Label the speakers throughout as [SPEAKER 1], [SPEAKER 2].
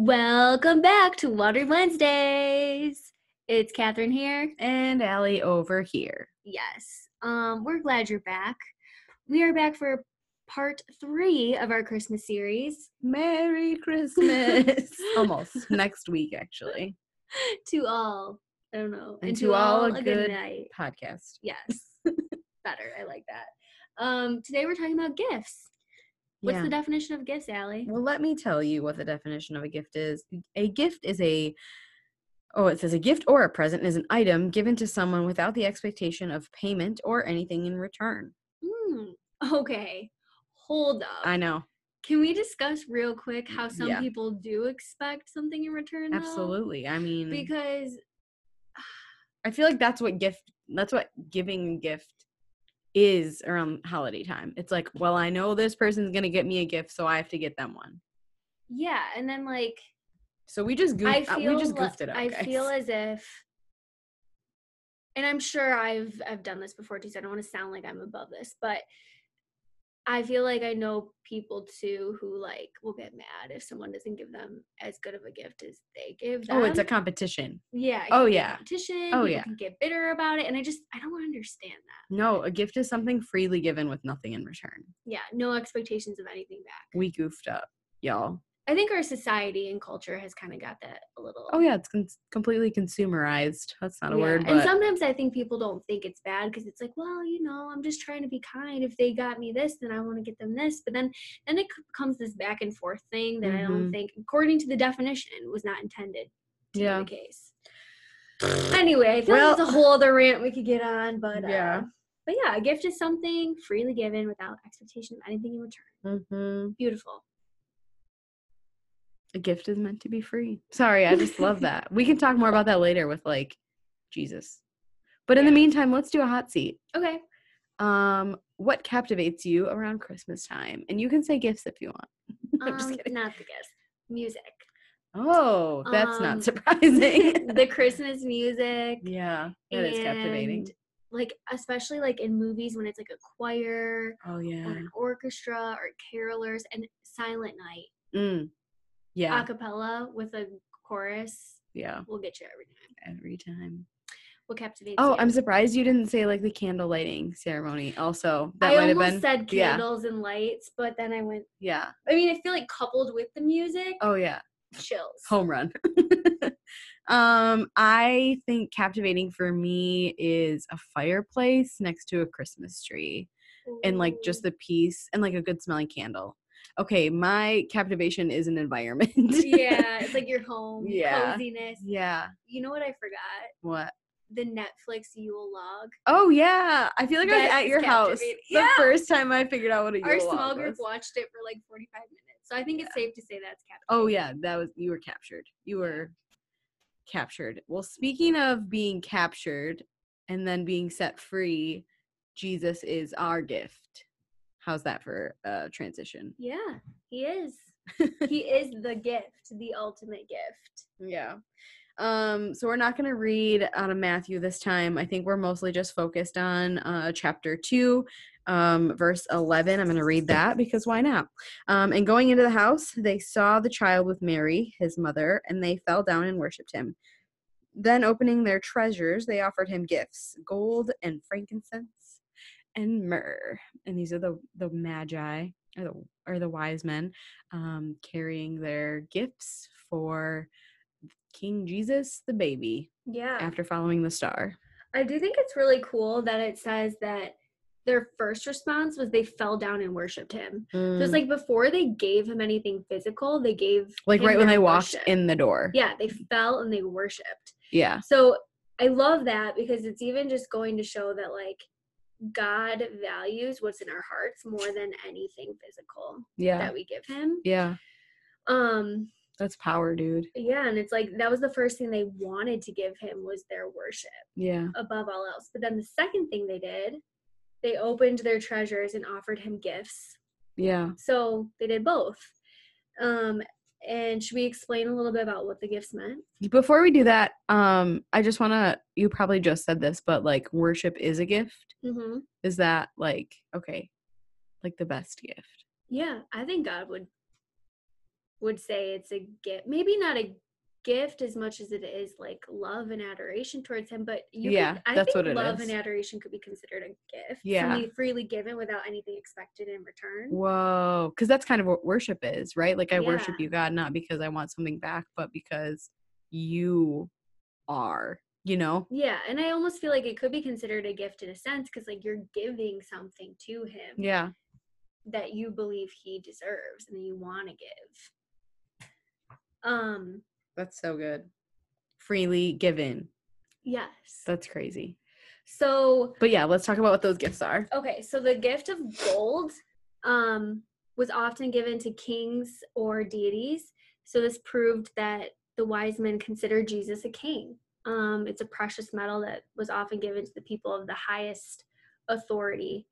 [SPEAKER 1] Welcome back to Water Wednesdays. It's Catherine here.
[SPEAKER 2] And Allie over here.
[SPEAKER 1] Yes, um, we're glad you're back. We are back for part three of our Christmas series
[SPEAKER 2] Merry Christmas. Almost next week, actually.
[SPEAKER 1] to all. I don't know.
[SPEAKER 2] And to all a good-
[SPEAKER 1] night.
[SPEAKER 2] Podcast.
[SPEAKER 1] Yes, better. I like that. Um, today we're talking about gifts. What's
[SPEAKER 2] Yeah.
[SPEAKER 1] the definition of gifts, Allie?
[SPEAKER 2] Well, let me tell you what the definition of a gift is. A gift is a oh, it says a gift or a present is an item given to someone without the expectation of payment or anything in return.
[SPEAKER 1] Hmm. okay, hold up.
[SPEAKER 2] I know.
[SPEAKER 1] Can we discuss real quick how some
[SPEAKER 2] Yeah.
[SPEAKER 1] people do expect something in return? though?
[SPEAKER 2] Absolutely. I mean
[SPEAKER 1] Because
[SPEAKER 2] I feel like that's what gift that's what giving gift is around holiday time. It's like, well, I know this person's gonna get me a gift, so I have to get them one.
[SPEAKER 1] yeah, and then like
[SPEAKER 2] So we just
[SPEAKER 1] I
[SPEAKER 2] goofed, uh,
[SPEAKER 1] feel
[SPEAKER 2] we just
[SPEAKER 1] li-
[SPEAKER 2] goofed it up.
[SPEAKER 1] I
[SPEAKER 2] guys.
[SPEAKER 1] feel as if and I'm sure I've I've done this before too, so I don't want to sound like I'm above this, but I feel like I know people too who like will get mad if someone doesn't give them as good of a gift as they give them.
[SPEAKER 2] oh, it's a competition.
[SPEAKER 1] yeah. it
[SPEAKER 2] oh,
[SPEAKER 1] can be a
[SPEAKER 2] yeah.
[SPEAKER 1] Competition.
[SPEAKER 2] Oh,
[SPEAKER 1] people
[SPEAKER 2] yeah.
[SPEAKER 1] Can get bitter about it, and I just I don't understand that.
[SPEAKER 2] No, a gift is something freely given with nothing in return.
[SPEAKER 1] Yeah, no expectations of anything back.
[SPEAKER 2] We goofed up, y'all.
[SPEAKER 1] I think our society and culture has kind of got that a little.
[SPEAKER 2] Oh yeah, it's con- completely consumerized. That's not a
[SPEAKER 1] Yeah,
[SPEAKER 2] word,
[SPEAKER 1] And
[SPEAKER 2] but
[SPEAKER 1] sometimes I think people don't think it's bad because it's like, well, you know, I'm just trying to be kind. If they got me this, then I want to get them this. But then, then it c- becomes this back and forth thing that I don't
[SPEAKER 2] Mhm.
[SPEAKER 1] think, according to the definition, was not intended to
[SPEAKER 2] yeah,
[SPEAKER 1] be the case. anyway, I feel like it's
[SPEAKER 2] Well-
[SPEAKER 1] a whole other rant we could get on, but uh,
[SPEAKER 2] Yeah.
[SPEAKER 1] But yeah, a gift is something freely given without expectation of anything in return.
[SPEAKER 2] hmm
[SPEAKER 1] Beautiful.
[SPEAKER 2] a gift is meant to be free. Sorry, I just love that. We can talk more about that later with like Jesus. But in the meantime, let's do a hot seat.
[SPEAKER 1] Okay.
[SPEAKER 2] Um, what captivates you around Christmas time? And you can say gifts if you want. I'm just
[SPEAKER 1] Um,
[SPEAKER 2] kidding.
[SPEAKER 1] not the gifts. Music.
[SPEAKER 2] Oh, that's
[SPEAKER 1] um,
[SPEAKER 2] not surprising.
[SPEAKER 1] the Christmas music.
[SPEAKER 2] yeah, that is captivating.
[SPEAKER 1] and, Like especially like in movies when it's like a choir
[SPEAKER 2] Oh yeah.
[SPEAKER 1] or an orchestra or carolers and silent night
[SPEAKER 2] Mm. Yeah.
[SPEAKER 1] a cappella with a chorus
[SPEAKER 2] yeah.
[SPEAKER 1] will get you every time.
[SPEAKER 2] Every time.
[SPEAKER 1] Will captivate.
[SPEAKER 2] Oh,
[SPEAKER 1] you.
[SPEAKER 2] I'm surprised you didn't say like the candle lighting ceremony. Also, that
[SPEAKER 1] I
[SPEAKER 2] might have
[SPEAKER 1] almost
[SPEAKER 2] been.
[SPEAKER 1] said
[SPEAKER 2] yeah.
[SPEAKER 1] candles and lights, but then I went.
[SPEAKER 2] yeah.
[SPEAKER 1] I mean, I feel like coupled with the music,
[SPEAKER 2] Oh yeah.
[SPEAKER 1] chills.
[SPEAKER 2] Home run. um, I think captivating for me is a fireplace next to a Christmas tree and like just the peace and like a good smelling candle. Okay, my captivation is an environment.
[SPEAKER 1] Ooh. yeah, it's like your home,
[SPEAKER 2] Yeah.
[SPEAKER 1] coziness.
[SPEAKER 2] yeah.
[SPEAKER 1] You know what I forgot?
[SPEAKER 2] What?
[SPEAKER 1] The Netflix Yule log.
[SPEAKER 2] Oh yeah. I feel like I was
[SPEAKER 1] That's
[SPEAKER 2] at your house the
[SPEAKER 1] captivating. Yeah.
[SPEAKER 2] first time I figured out what a
[SPEAKER 1] Our
[SPEAKER 2] Yule log
[SPEAKER 1] small group
[SPEAKER 2] was.
[SPEAKER 1] watched it for like 45 minutes, so I think it's safe to say that's captivating.
[SPEAKER 2] Oh yeah, that was you were captured. You were captured. Well, speaking of being captured and then being set free, Jesus is our gift. How's that for a transition?
[SPEAKER 1] Yeah, he is. he is the gift, the ultimate gift.
[SPEAKER 2] Yeah. Um so we're not going to read out of Matthew this time. I think we're mostly just focused on uh chapter 2 um verse 11. I'm going to read that because why not? Um and going into the house, they saw the child with Mary, his mother, and they fell down and worshiped him. Then opening their treasures, they offered him gifts, gold and frankincense and myrrh. And these are the the magi or the or the wise men um carrying their gifts for King Jesus the baby
[SPEAKER 1] Yeah.
[SPEAKER 2] after following the star.
[SPEAKER 1] I do think it's really cool that it says that their first response was they fell down and worshiped him. So
[SPEAKER 2] Mm.
[SPEAKER 1] it's like before they gave him anything physical, they gave
[SPEAKER 2] like
[SPEAKER 1] him
[SPEAKER 2] right when
[SPEAKER 1] their
[SPEAKER 2] they walked
[SPEAKER 1] worship.
[SPEAKER 2] in the door.
[SPEAKER 1] Yeah, they fell and they worshiped.
[SPEAKER 2] Yeah.
[SPEAKER 1] So I love that because it's even just going to show that like God values what's in our hearts more than anything physical
[SPEAKER 2] Yeah.
[SPEAKER 1] that we give him.
[SPEAKER 2] yeah.
[SPEAKER 1] Um
[SPEAKER 2] That's power, dude.
[SPEAKER 1] Yeah, and it's like that was the first thing they wanted to give him was their worship
[SPEAKER 2] Yeah.
[SPEAKER 1] above all else. But then the second thing they did, they opened their treasures and offered him gifts.
[SPEAKER 2] Yeah.
[SPEAKER 1] So they did both. Um, and should we explain a little bit about what the gifts meant?
[SPEAKER 2] Before we do that, um I just want to you probably just said this, but like worship is a gift.
[SPEAKER 1] Mm-hmm.
[SPEAKER 2] Is that like okay? Like the best gift.
[SPEAKER 1] Yeah, I think God would would say it's a gift. Maybe not a gift as much as it is like love and adoration towards him. But you
[SPEAKER 2] Yeah,
[SPEAKER 1] could- I
[SPEAKER 2] that's
[SPEAKER 1] think
[SPEAKER 2] what it
[SPEAKER 1] love
[SPEAKER 2] is.
[SPEAKER 1] and adoration could be considered a gift.
[SPEAKER 2] Yeah.
[SPEAKER 1] Something freely given without anything expected in return.
[SPEAKER 2] Whoa. Because that's kind of what worship is, right? Like, I worship
[SPEAKER 1] Yeah.
[SPEAKER 2] you, God, not because I want something back, but because you are, you know?
[SPEAKER 1] Yeah, and I almost feel like it could be considered a gift in a sense because like you're giving something to him
[SPEAKER 2] Yeah.
[SPEAKER 1] that you believe he deserves and that you want to give. Um,
[SPEAKER 2] That's so good. Freely given.
[SPEAKER 1] yes.
[SPEAKER 2] That's crazy.
[SPEAKER 1] So
[SPEAKER 2] But yeah, let's talk about what those gifts are.
[SPEAKER 1] Okay, so the gift of gold um, was often given to kings or deities. So this proved that the wise men considered Jesus a king. Um, it's a precious metal that was often given to the people of the highest authority.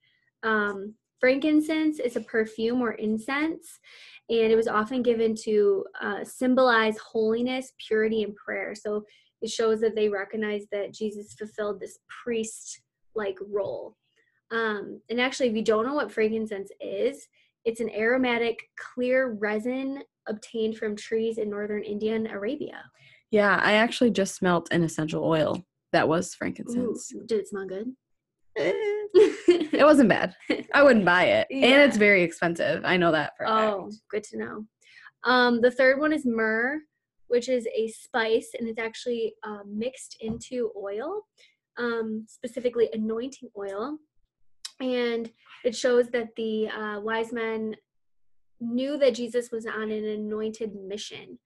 [SPEAKER 1] Um, frankincense is a perfume or incense, and it was often given to uh, symbolize holiness, purity, and prayer. So it shows that they recognized that Jesus fulfilled this priest like role. Um, and actually, if you don't know what frankincense is, it's an aromatic, clear resin obtained from trees in northern India and Arabia.
[SPEAKER 2] Yeah, I actually just smelt an essential oil that was
[SPEAKER 1] Ooh,
[SPEAKER 2] frankincense.
[SPEAKER 1] did it smell good?
[SPEAKER 2] Eh, It wasn't bad. I wouldn't buy it. And
[SPEAKER 1] Yeah.
[SPEAKER 2] it's very expensive. I know that for a
[SPEAKER 1] oh,
[SPEAKER 2] fact.
[SPEAKER 1] good to know. Um, the third one is myrrh, which is a spice, and it's actually uh, mixed into oil, um, specifically anointing oil. And it shows that the uh, wise men knew that Jesus was on an anointed mission,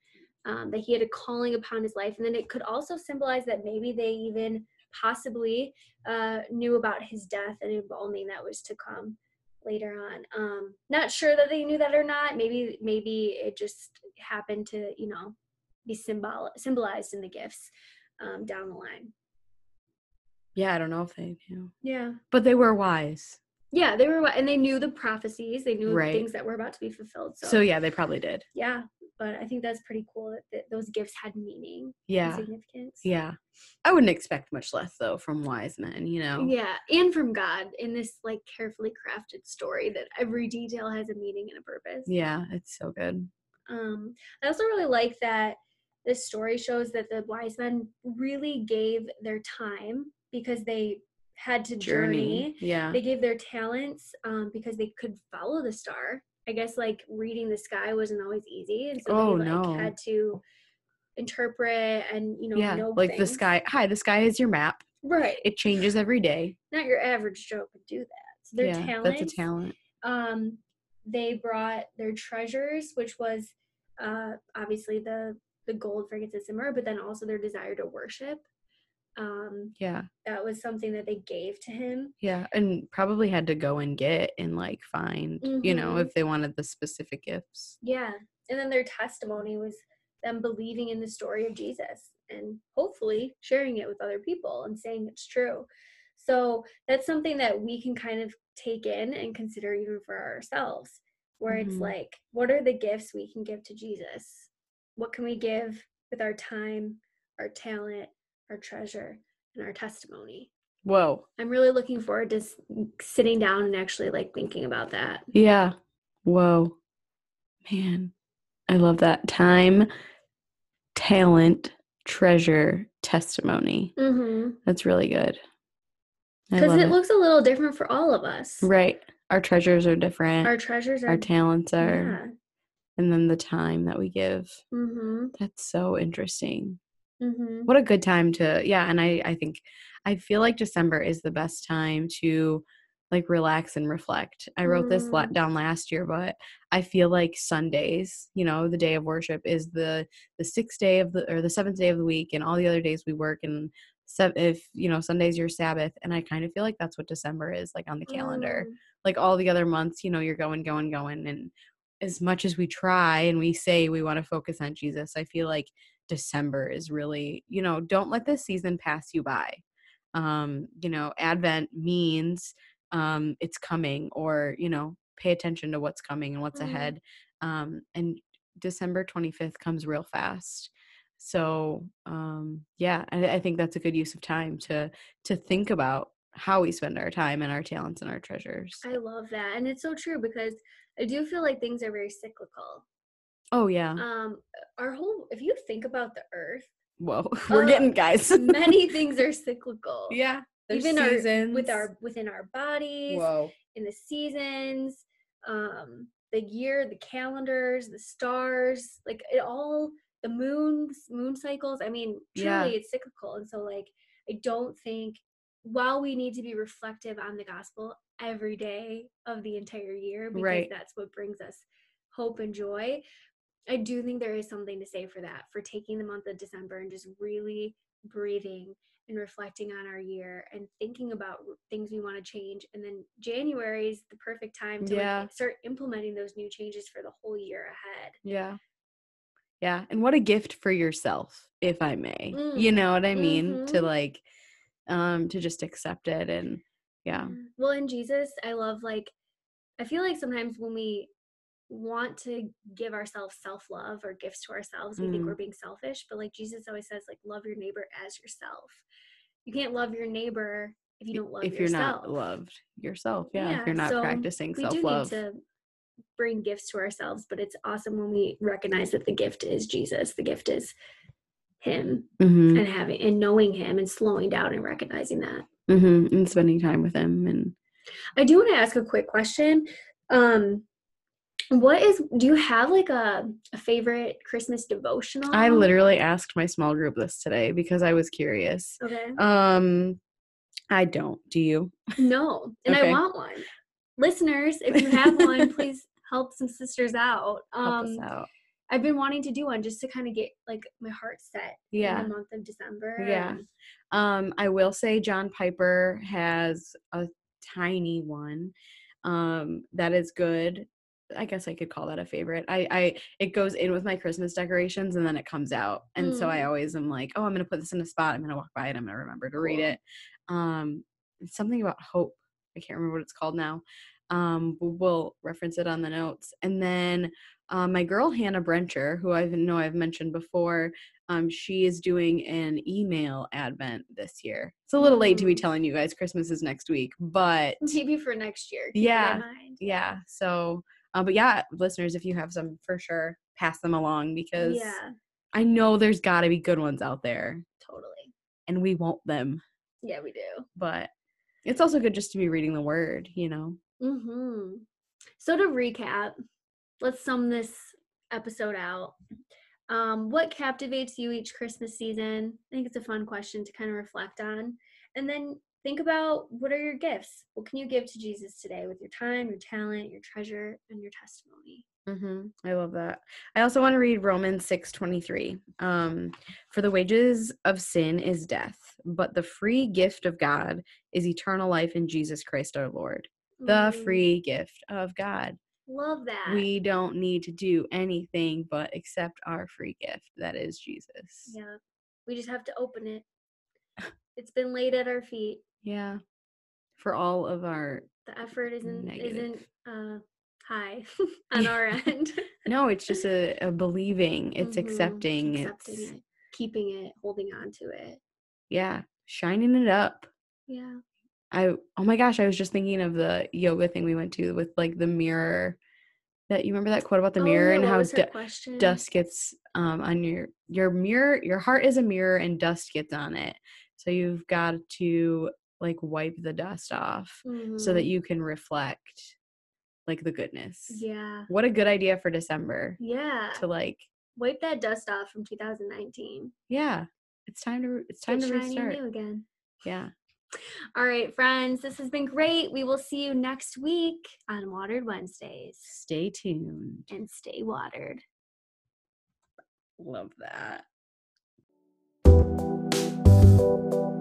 [SPEAKER 1] um, that he had a calling upon his life. And then it could also symbolize that maybe they even possibly uh, knew about his death and embalming that was to come later on. Um, not sure that they knew that or not. Maybe maybe it just happened to you know be symbol symbolized in the gifts um, down the line.
[SPEAKER 2] Yeah, I don't know if they knew.
[SPEAKER 1] Yeah,
[SPEAKER 2] But they were wise.
[SPEAKER 1] yeah, they were and they knew the prophecies. They knew the
[SPEAKER 2] Right.
[SPEAKER 1] things that were about to be fulfilled. So,
[SPEAKER 2] So, yeah, they probably did.
[SPEAKER 1] yeah, but I think that's pretty cool that, that those gifts had meaning and
[SPEAKER 2] Yeah.
[SPEAKER 1] significance.
[SPEAKER 2] Yeah. I wouldn't expect much less though from wise men, you know.
[SPEAKER 1] Yeah, and from God in this like carefully crafted story that every detail has a meaning and a purpose.
[SPEAKER 2] Yeah, it's so good.
[SPEAKER 1] Um, I also really like that this story shows that the wise men really gave their time because they had to journey.
[SPEAKER 2] Journey. Yeah.
[SPEAKER 1] They gave their talents um, because they could follow the star. I guess like reading the sky wasn't always easy, and so
[SPEAKER 2] Oh,
[SPEAKER 1] they like
[SPEAKER 2] no.
[SPEAKER 1] had to interpret and you know
[SPEAKER 2] yeah.
[SPEAKER 1] know
[SPEAKER 2] Like the
[SPEAKER 1] things.
[SPEAKER 2] sky. Hi, the sky is your map.
[SPEAKER 1] right?
[SPEAKER 2] It changes every day.
[SPEAKER 1] Not your average Joe could do that. So their
[SPEAKER 2] yeah,
[SPEAKER 1] talents,
[SPEAKER 2] That's a talent.
[SPEAKER 1] um, they brought their treasures, which was uh, obviously the the gold frankincense and myrrh, but then also their desire to worship. Um,
[SPEAKER 2] Yeah.
[SPEAKER 1] that was something that they gave to him.
[SPEAKER 2] Yeah. And probably had to go and get and like find, you know,
[SPEAKER 1] Mhm.
[SPEAKER 2] if they wanted the specific gifts.
[SPEAKER 1] Yeah, and then their testimony was them believing in the story of Jesus and hopefully sharing it with other people and saying it's true. So that's something that we can kind of take in and consider even for ourselves, where it's
[SPEAKER 2] Mhm.
[SPEAKER 1] like, what are the gifts we can give to Jesus? What can we give with our time, our talent, our treasure, and our testimony?
[SPEAKER 2] Whoa.
[SPEAKER 1] I'm really looking forward to s- sitting down and actually like thinking about that.
[SPEAKER 2] Yeah. Whoa. Man, I love that. Time, talent, treasure, testimony.
[SPEAKER 1] Mm-hmm.
[SPEAKER 2] That's really good. I
[SPEAKER 1] Because
[SPEAKER 2] love
[SPEAKER 1] it, looks a little different for all of us.
[SPEAKER 2] Right. Our treasures are different.
[SPEAKER 1] Our
[SPEAKER 2] Our,
[SPEAKER 1] treasures are.
[SPEAKER 2] talents
[SPEAKER 1] yeah.
[SPEAKER 2] are, and then the time that we give.
[SPEAKER 1] Mm-hmm.
[SPEAKER 2] That's so interesting.
[SPEAKER 1] Mm-hmm.
[SPEAKER 2] What a good time to, yeah. And I, I think, I feel like December is the best time to like relax and reflect. I wrote this la-
[SPEAKER 1] Mm.
[SPEAKER 2] down last year, but I feel like Sundays, you know, the day of worship is the, the sixth day of the, or the seventh day of the week and all the other days we work and, se- if you know Sunday's your Sabbath, and I kind of feel like that's what December is like on the calendar.
[SPEAKER 1] Mm-hmm.
[SPEAKER 2] like all the other months, you know, you're going, going, going. And as much as we try and we say we want to focus on Jesus, I feel like December is really, you know, don't let this season pass you by. Um, you know, Advent means um, it's coming, or, you know, pay attention to what's coming and what's
[SPEAKER 1] Mhm.
[SPEAKER 2] ahead. Um, and December 25th comes real fast. So um, yeah, I, I think that's a good use of time to to think about how we spend our time and our talents and our treasures.
[SPEAKER 1] I love that, and it's so true because I do feel like things are very cyclical.
[SPEAKER 2] Oh yeah.
[SPEAKER 1] Um, our whole, if you think about the earth,
[SPEAKER 2] Whoa. We're getting guys.
[SPEAKER 1] Uh, many things are cyclical.
[SPEAKER 2] yeah. There's
[SPEAKER 1] Even our- with
[SPEAKER 2] seasons.
[SPEAKER 1] With our within our bodies,
[SPEAKER 2] Whoa.
[SPEAKER 1] in the seasons, um, the year, the calendars, the stars, like it all the moon moon cycles. I mean, truly
[SPEAKER 2] Yeah.
[SPEAKER 1] it's cyclical. And so like I don't think while we need to be reflective on the gospel every day of the entire year because
[SPEAKER 2] Right.
[SPEAKER 1] that's what brings us hope and joy. I do think there is something to say for that, for taking the month of December and just really breathing and reflecting on our year and thinking about r- things we want to change. And then January is the perfect time to like,
[SPEAKER 2] Yeah.
[SPEAKER 1] start implementing those new changes for the whole year ahead.
[SPEAKER 2] Yeah. Yeah. And what a gift for yourself, if I may.
[SPEAKER 1] Mm.
[SPEAKER 2] You know what I mean? To
[SPEAKER 1] Mhm.
[SPEAKER 2] like um to just accept it and yeah.
[SPEAKER 1] Mm. Well, in Jesus, I love like I feel like sometimes when we want to give ourselves self-love or gifts to ourselves, we think
[SPEAKER 2] Mm.
[SPEAKER 1] we're being selfish, but like Jesus always says like love your neighbor as yourself. You can't love your neighbor if you don't love
[SPEAKER 2] if you're
[SPEAKER 1] yourself.
[SPEAKER 2] not loved yourself. Yeah.
[SPEAKER 1] Yeah,
[SPEAKER 2] if you're not
[SPEAKER 1] so
[SPEAKER 2] practicing
[SPEAKER 1] we
[SPEAKER 2] self
[SPEAKER 1] do need
[SPEAKER 2] love.
[SPEAKER 1] to bring gifts to ourselves, but it's awesome when we recognize that the gift is Jesus. The gift is him
[SPEAKER 2] Mm-hmm.
[SPEAKER 1] and having and knowing him and slowing down and recognizing that.
[SPEAKER 2] Mm-hmm. And spending time with him and
[SPEAKER 1] I do want to ask a quick question. Um, what is do you have like a, a favorite Christmas devotional?
[SPEAKER 2] I literally asked my small group this today because I was curious.
[SPEAKER 1] okay.
[SPEAKER 2] Um I don't. Do you?
[SPEAKER 1] No, and
[SPEAKER 2] Okay.
[SPEAKER 1] I want one. Listeners, if you have one, please help some sisters out.
[SPEAKER 2] Help
[SPEAKER 1] Um,
[SPEAKER 2] us out.
[SPEAKER 1] I've been wanting to do one just to kind of get like my heart set
[SPEAKER 2] Yeah.
[SPEAKER 1] in the month of December.
[SPEAKER 2] Yeah.
[SPEAKER 1] and-
[SPEAKER 2] Um, I will say John Piper has a tiny one. Um, that is good. I guess I could call that a favorite. I, I it goes in with my Christmas decorations and then it comes out. And so I
[SPEAKER 1] Mm.
[SPEAKER 2] always am like, oh, I'm gonna put this in a spot. I'm gonna walk by it. I'm gonna remember to read
[SPEAKER 1] Cool.
[SPEAKER 2] it. Um, it's something about hope. I can't remember what it's called now. Um, w- we'll reference it on the notes. And then uh, my girl Hannah Brencher, who I know I've mentioned before, um, she is doing an email advent this year. It's a little late to be
[SPEAKER 1] Mm.
[SPEAKER 2] telling you guys Christmas is next week, but
[SPEAKER 1] Maybe for next year. keep that in
[SPEAKER 2] Yeah.
[SPEAKER 1] mind.
[SPEAKER 2] yeah. So, uh, but yeah, listeners, if you have some for sure, pass them along because
[SPEAKER 1] Yeah,
[SPEAKER 2] I know there's got to be good ones out there,
[SPEAKER 1] totally.
[SPEAKER 2] and we want them.
[SPEAKER 1] Yeah, we do.
[SPEAKER 2] But it's also good just to be reading the word, you know.
[SPEAKER 1] Mm-hmm. So to recap, let's sum this episode out. Um, what captivates you each Christmas season? I think it's a fun question to kind of reflect on. And then think about what are your gifts? What can you give to Jesus today with your time, your talent, your treasure, and your testimony?
[SPEAKER 2] Mm-hmm. I love that. I also want to read Romans six twenty three. Um, For the wages of sin is death, but the free gift of God is eternal life in Jesus Christ our Lord. The
[SPEAKER 1] Mm,
[SPEAKER 2] free gift of God.
[SPEAKER 1] Love that.
[SPEAKER 2] We don't need to do anything but accept our free gift that is Jesus.
[SPEAKER 1] yeah. We just have to open it. It's been laid at our feet.
[SPEAKER 2] Yeah. For all of our
[SPEAKER 1] The effort isn't
[SPEAKER 2] Negative.
[SPEAKER 1] isn't uh high on
[SPEAKER 2] Yeah.
[SPEAKER 1] our end.
[SPEAKER 2] no, it's just a, a believing, it's
[SPEAKER 1] Mhm.
[SPEAKER 2] accepting,
[SPEAKER 1] accepting
[SPEAKER 2] it's
[SPEAKER 1] it, keeping it, holding on to it.
[SPEAKER 2] yeah, shining it up.
[SPEAKER 1] Yeah.
[SPEAKER 2] I oh my gosh, I was just thinking of the yoga thing we went to with like the mirror. That you remember that quote about the
[SPEAKER 1] Oh,
[SPEAKER 2] mirror
[SPEAKER 1] yeah,
[SPEAKER 2] and
[SPEAKER 1] what
[SPEAKER 2] how
[SPEAKER 1] was her
[SPEAKER 2] du-
[SPEAKER 1] question?
[SPEAKER 2] dust gets um, on your your mirror. Your heart is a mirror and dust gets on it. So you've got to like wipe the dust off so that
[SPEAKER 1] Mhm.
[SPEAKER 2] you can reflect like the goodness.
[SPEAKER 1] Yeah.
[SPEAKER 2] What a good idea for December
[SPEAKER 1] Yeah.
[SPEAKER 2] to like
[SPEAKER 1] Wipe that dust off from 2019.
[SPEAKER 2] yeah, it's time to it's time
[SPEAKER 1] Get
[SPEAKER 2] to
[SPEAKER 1] shiny and
[SPEAKER 2] restart.
[SPEAKER 1] new again.
[SPEAKER 2] Yeah.
[SPEAKER 1] All right, friends, this has been great. We will see you next week on Watered Wednesdays.
[SPEAKER 2] Stay tuned.
[SPEAKER 1] And stay watered.
[SPEAKER 2] Love that.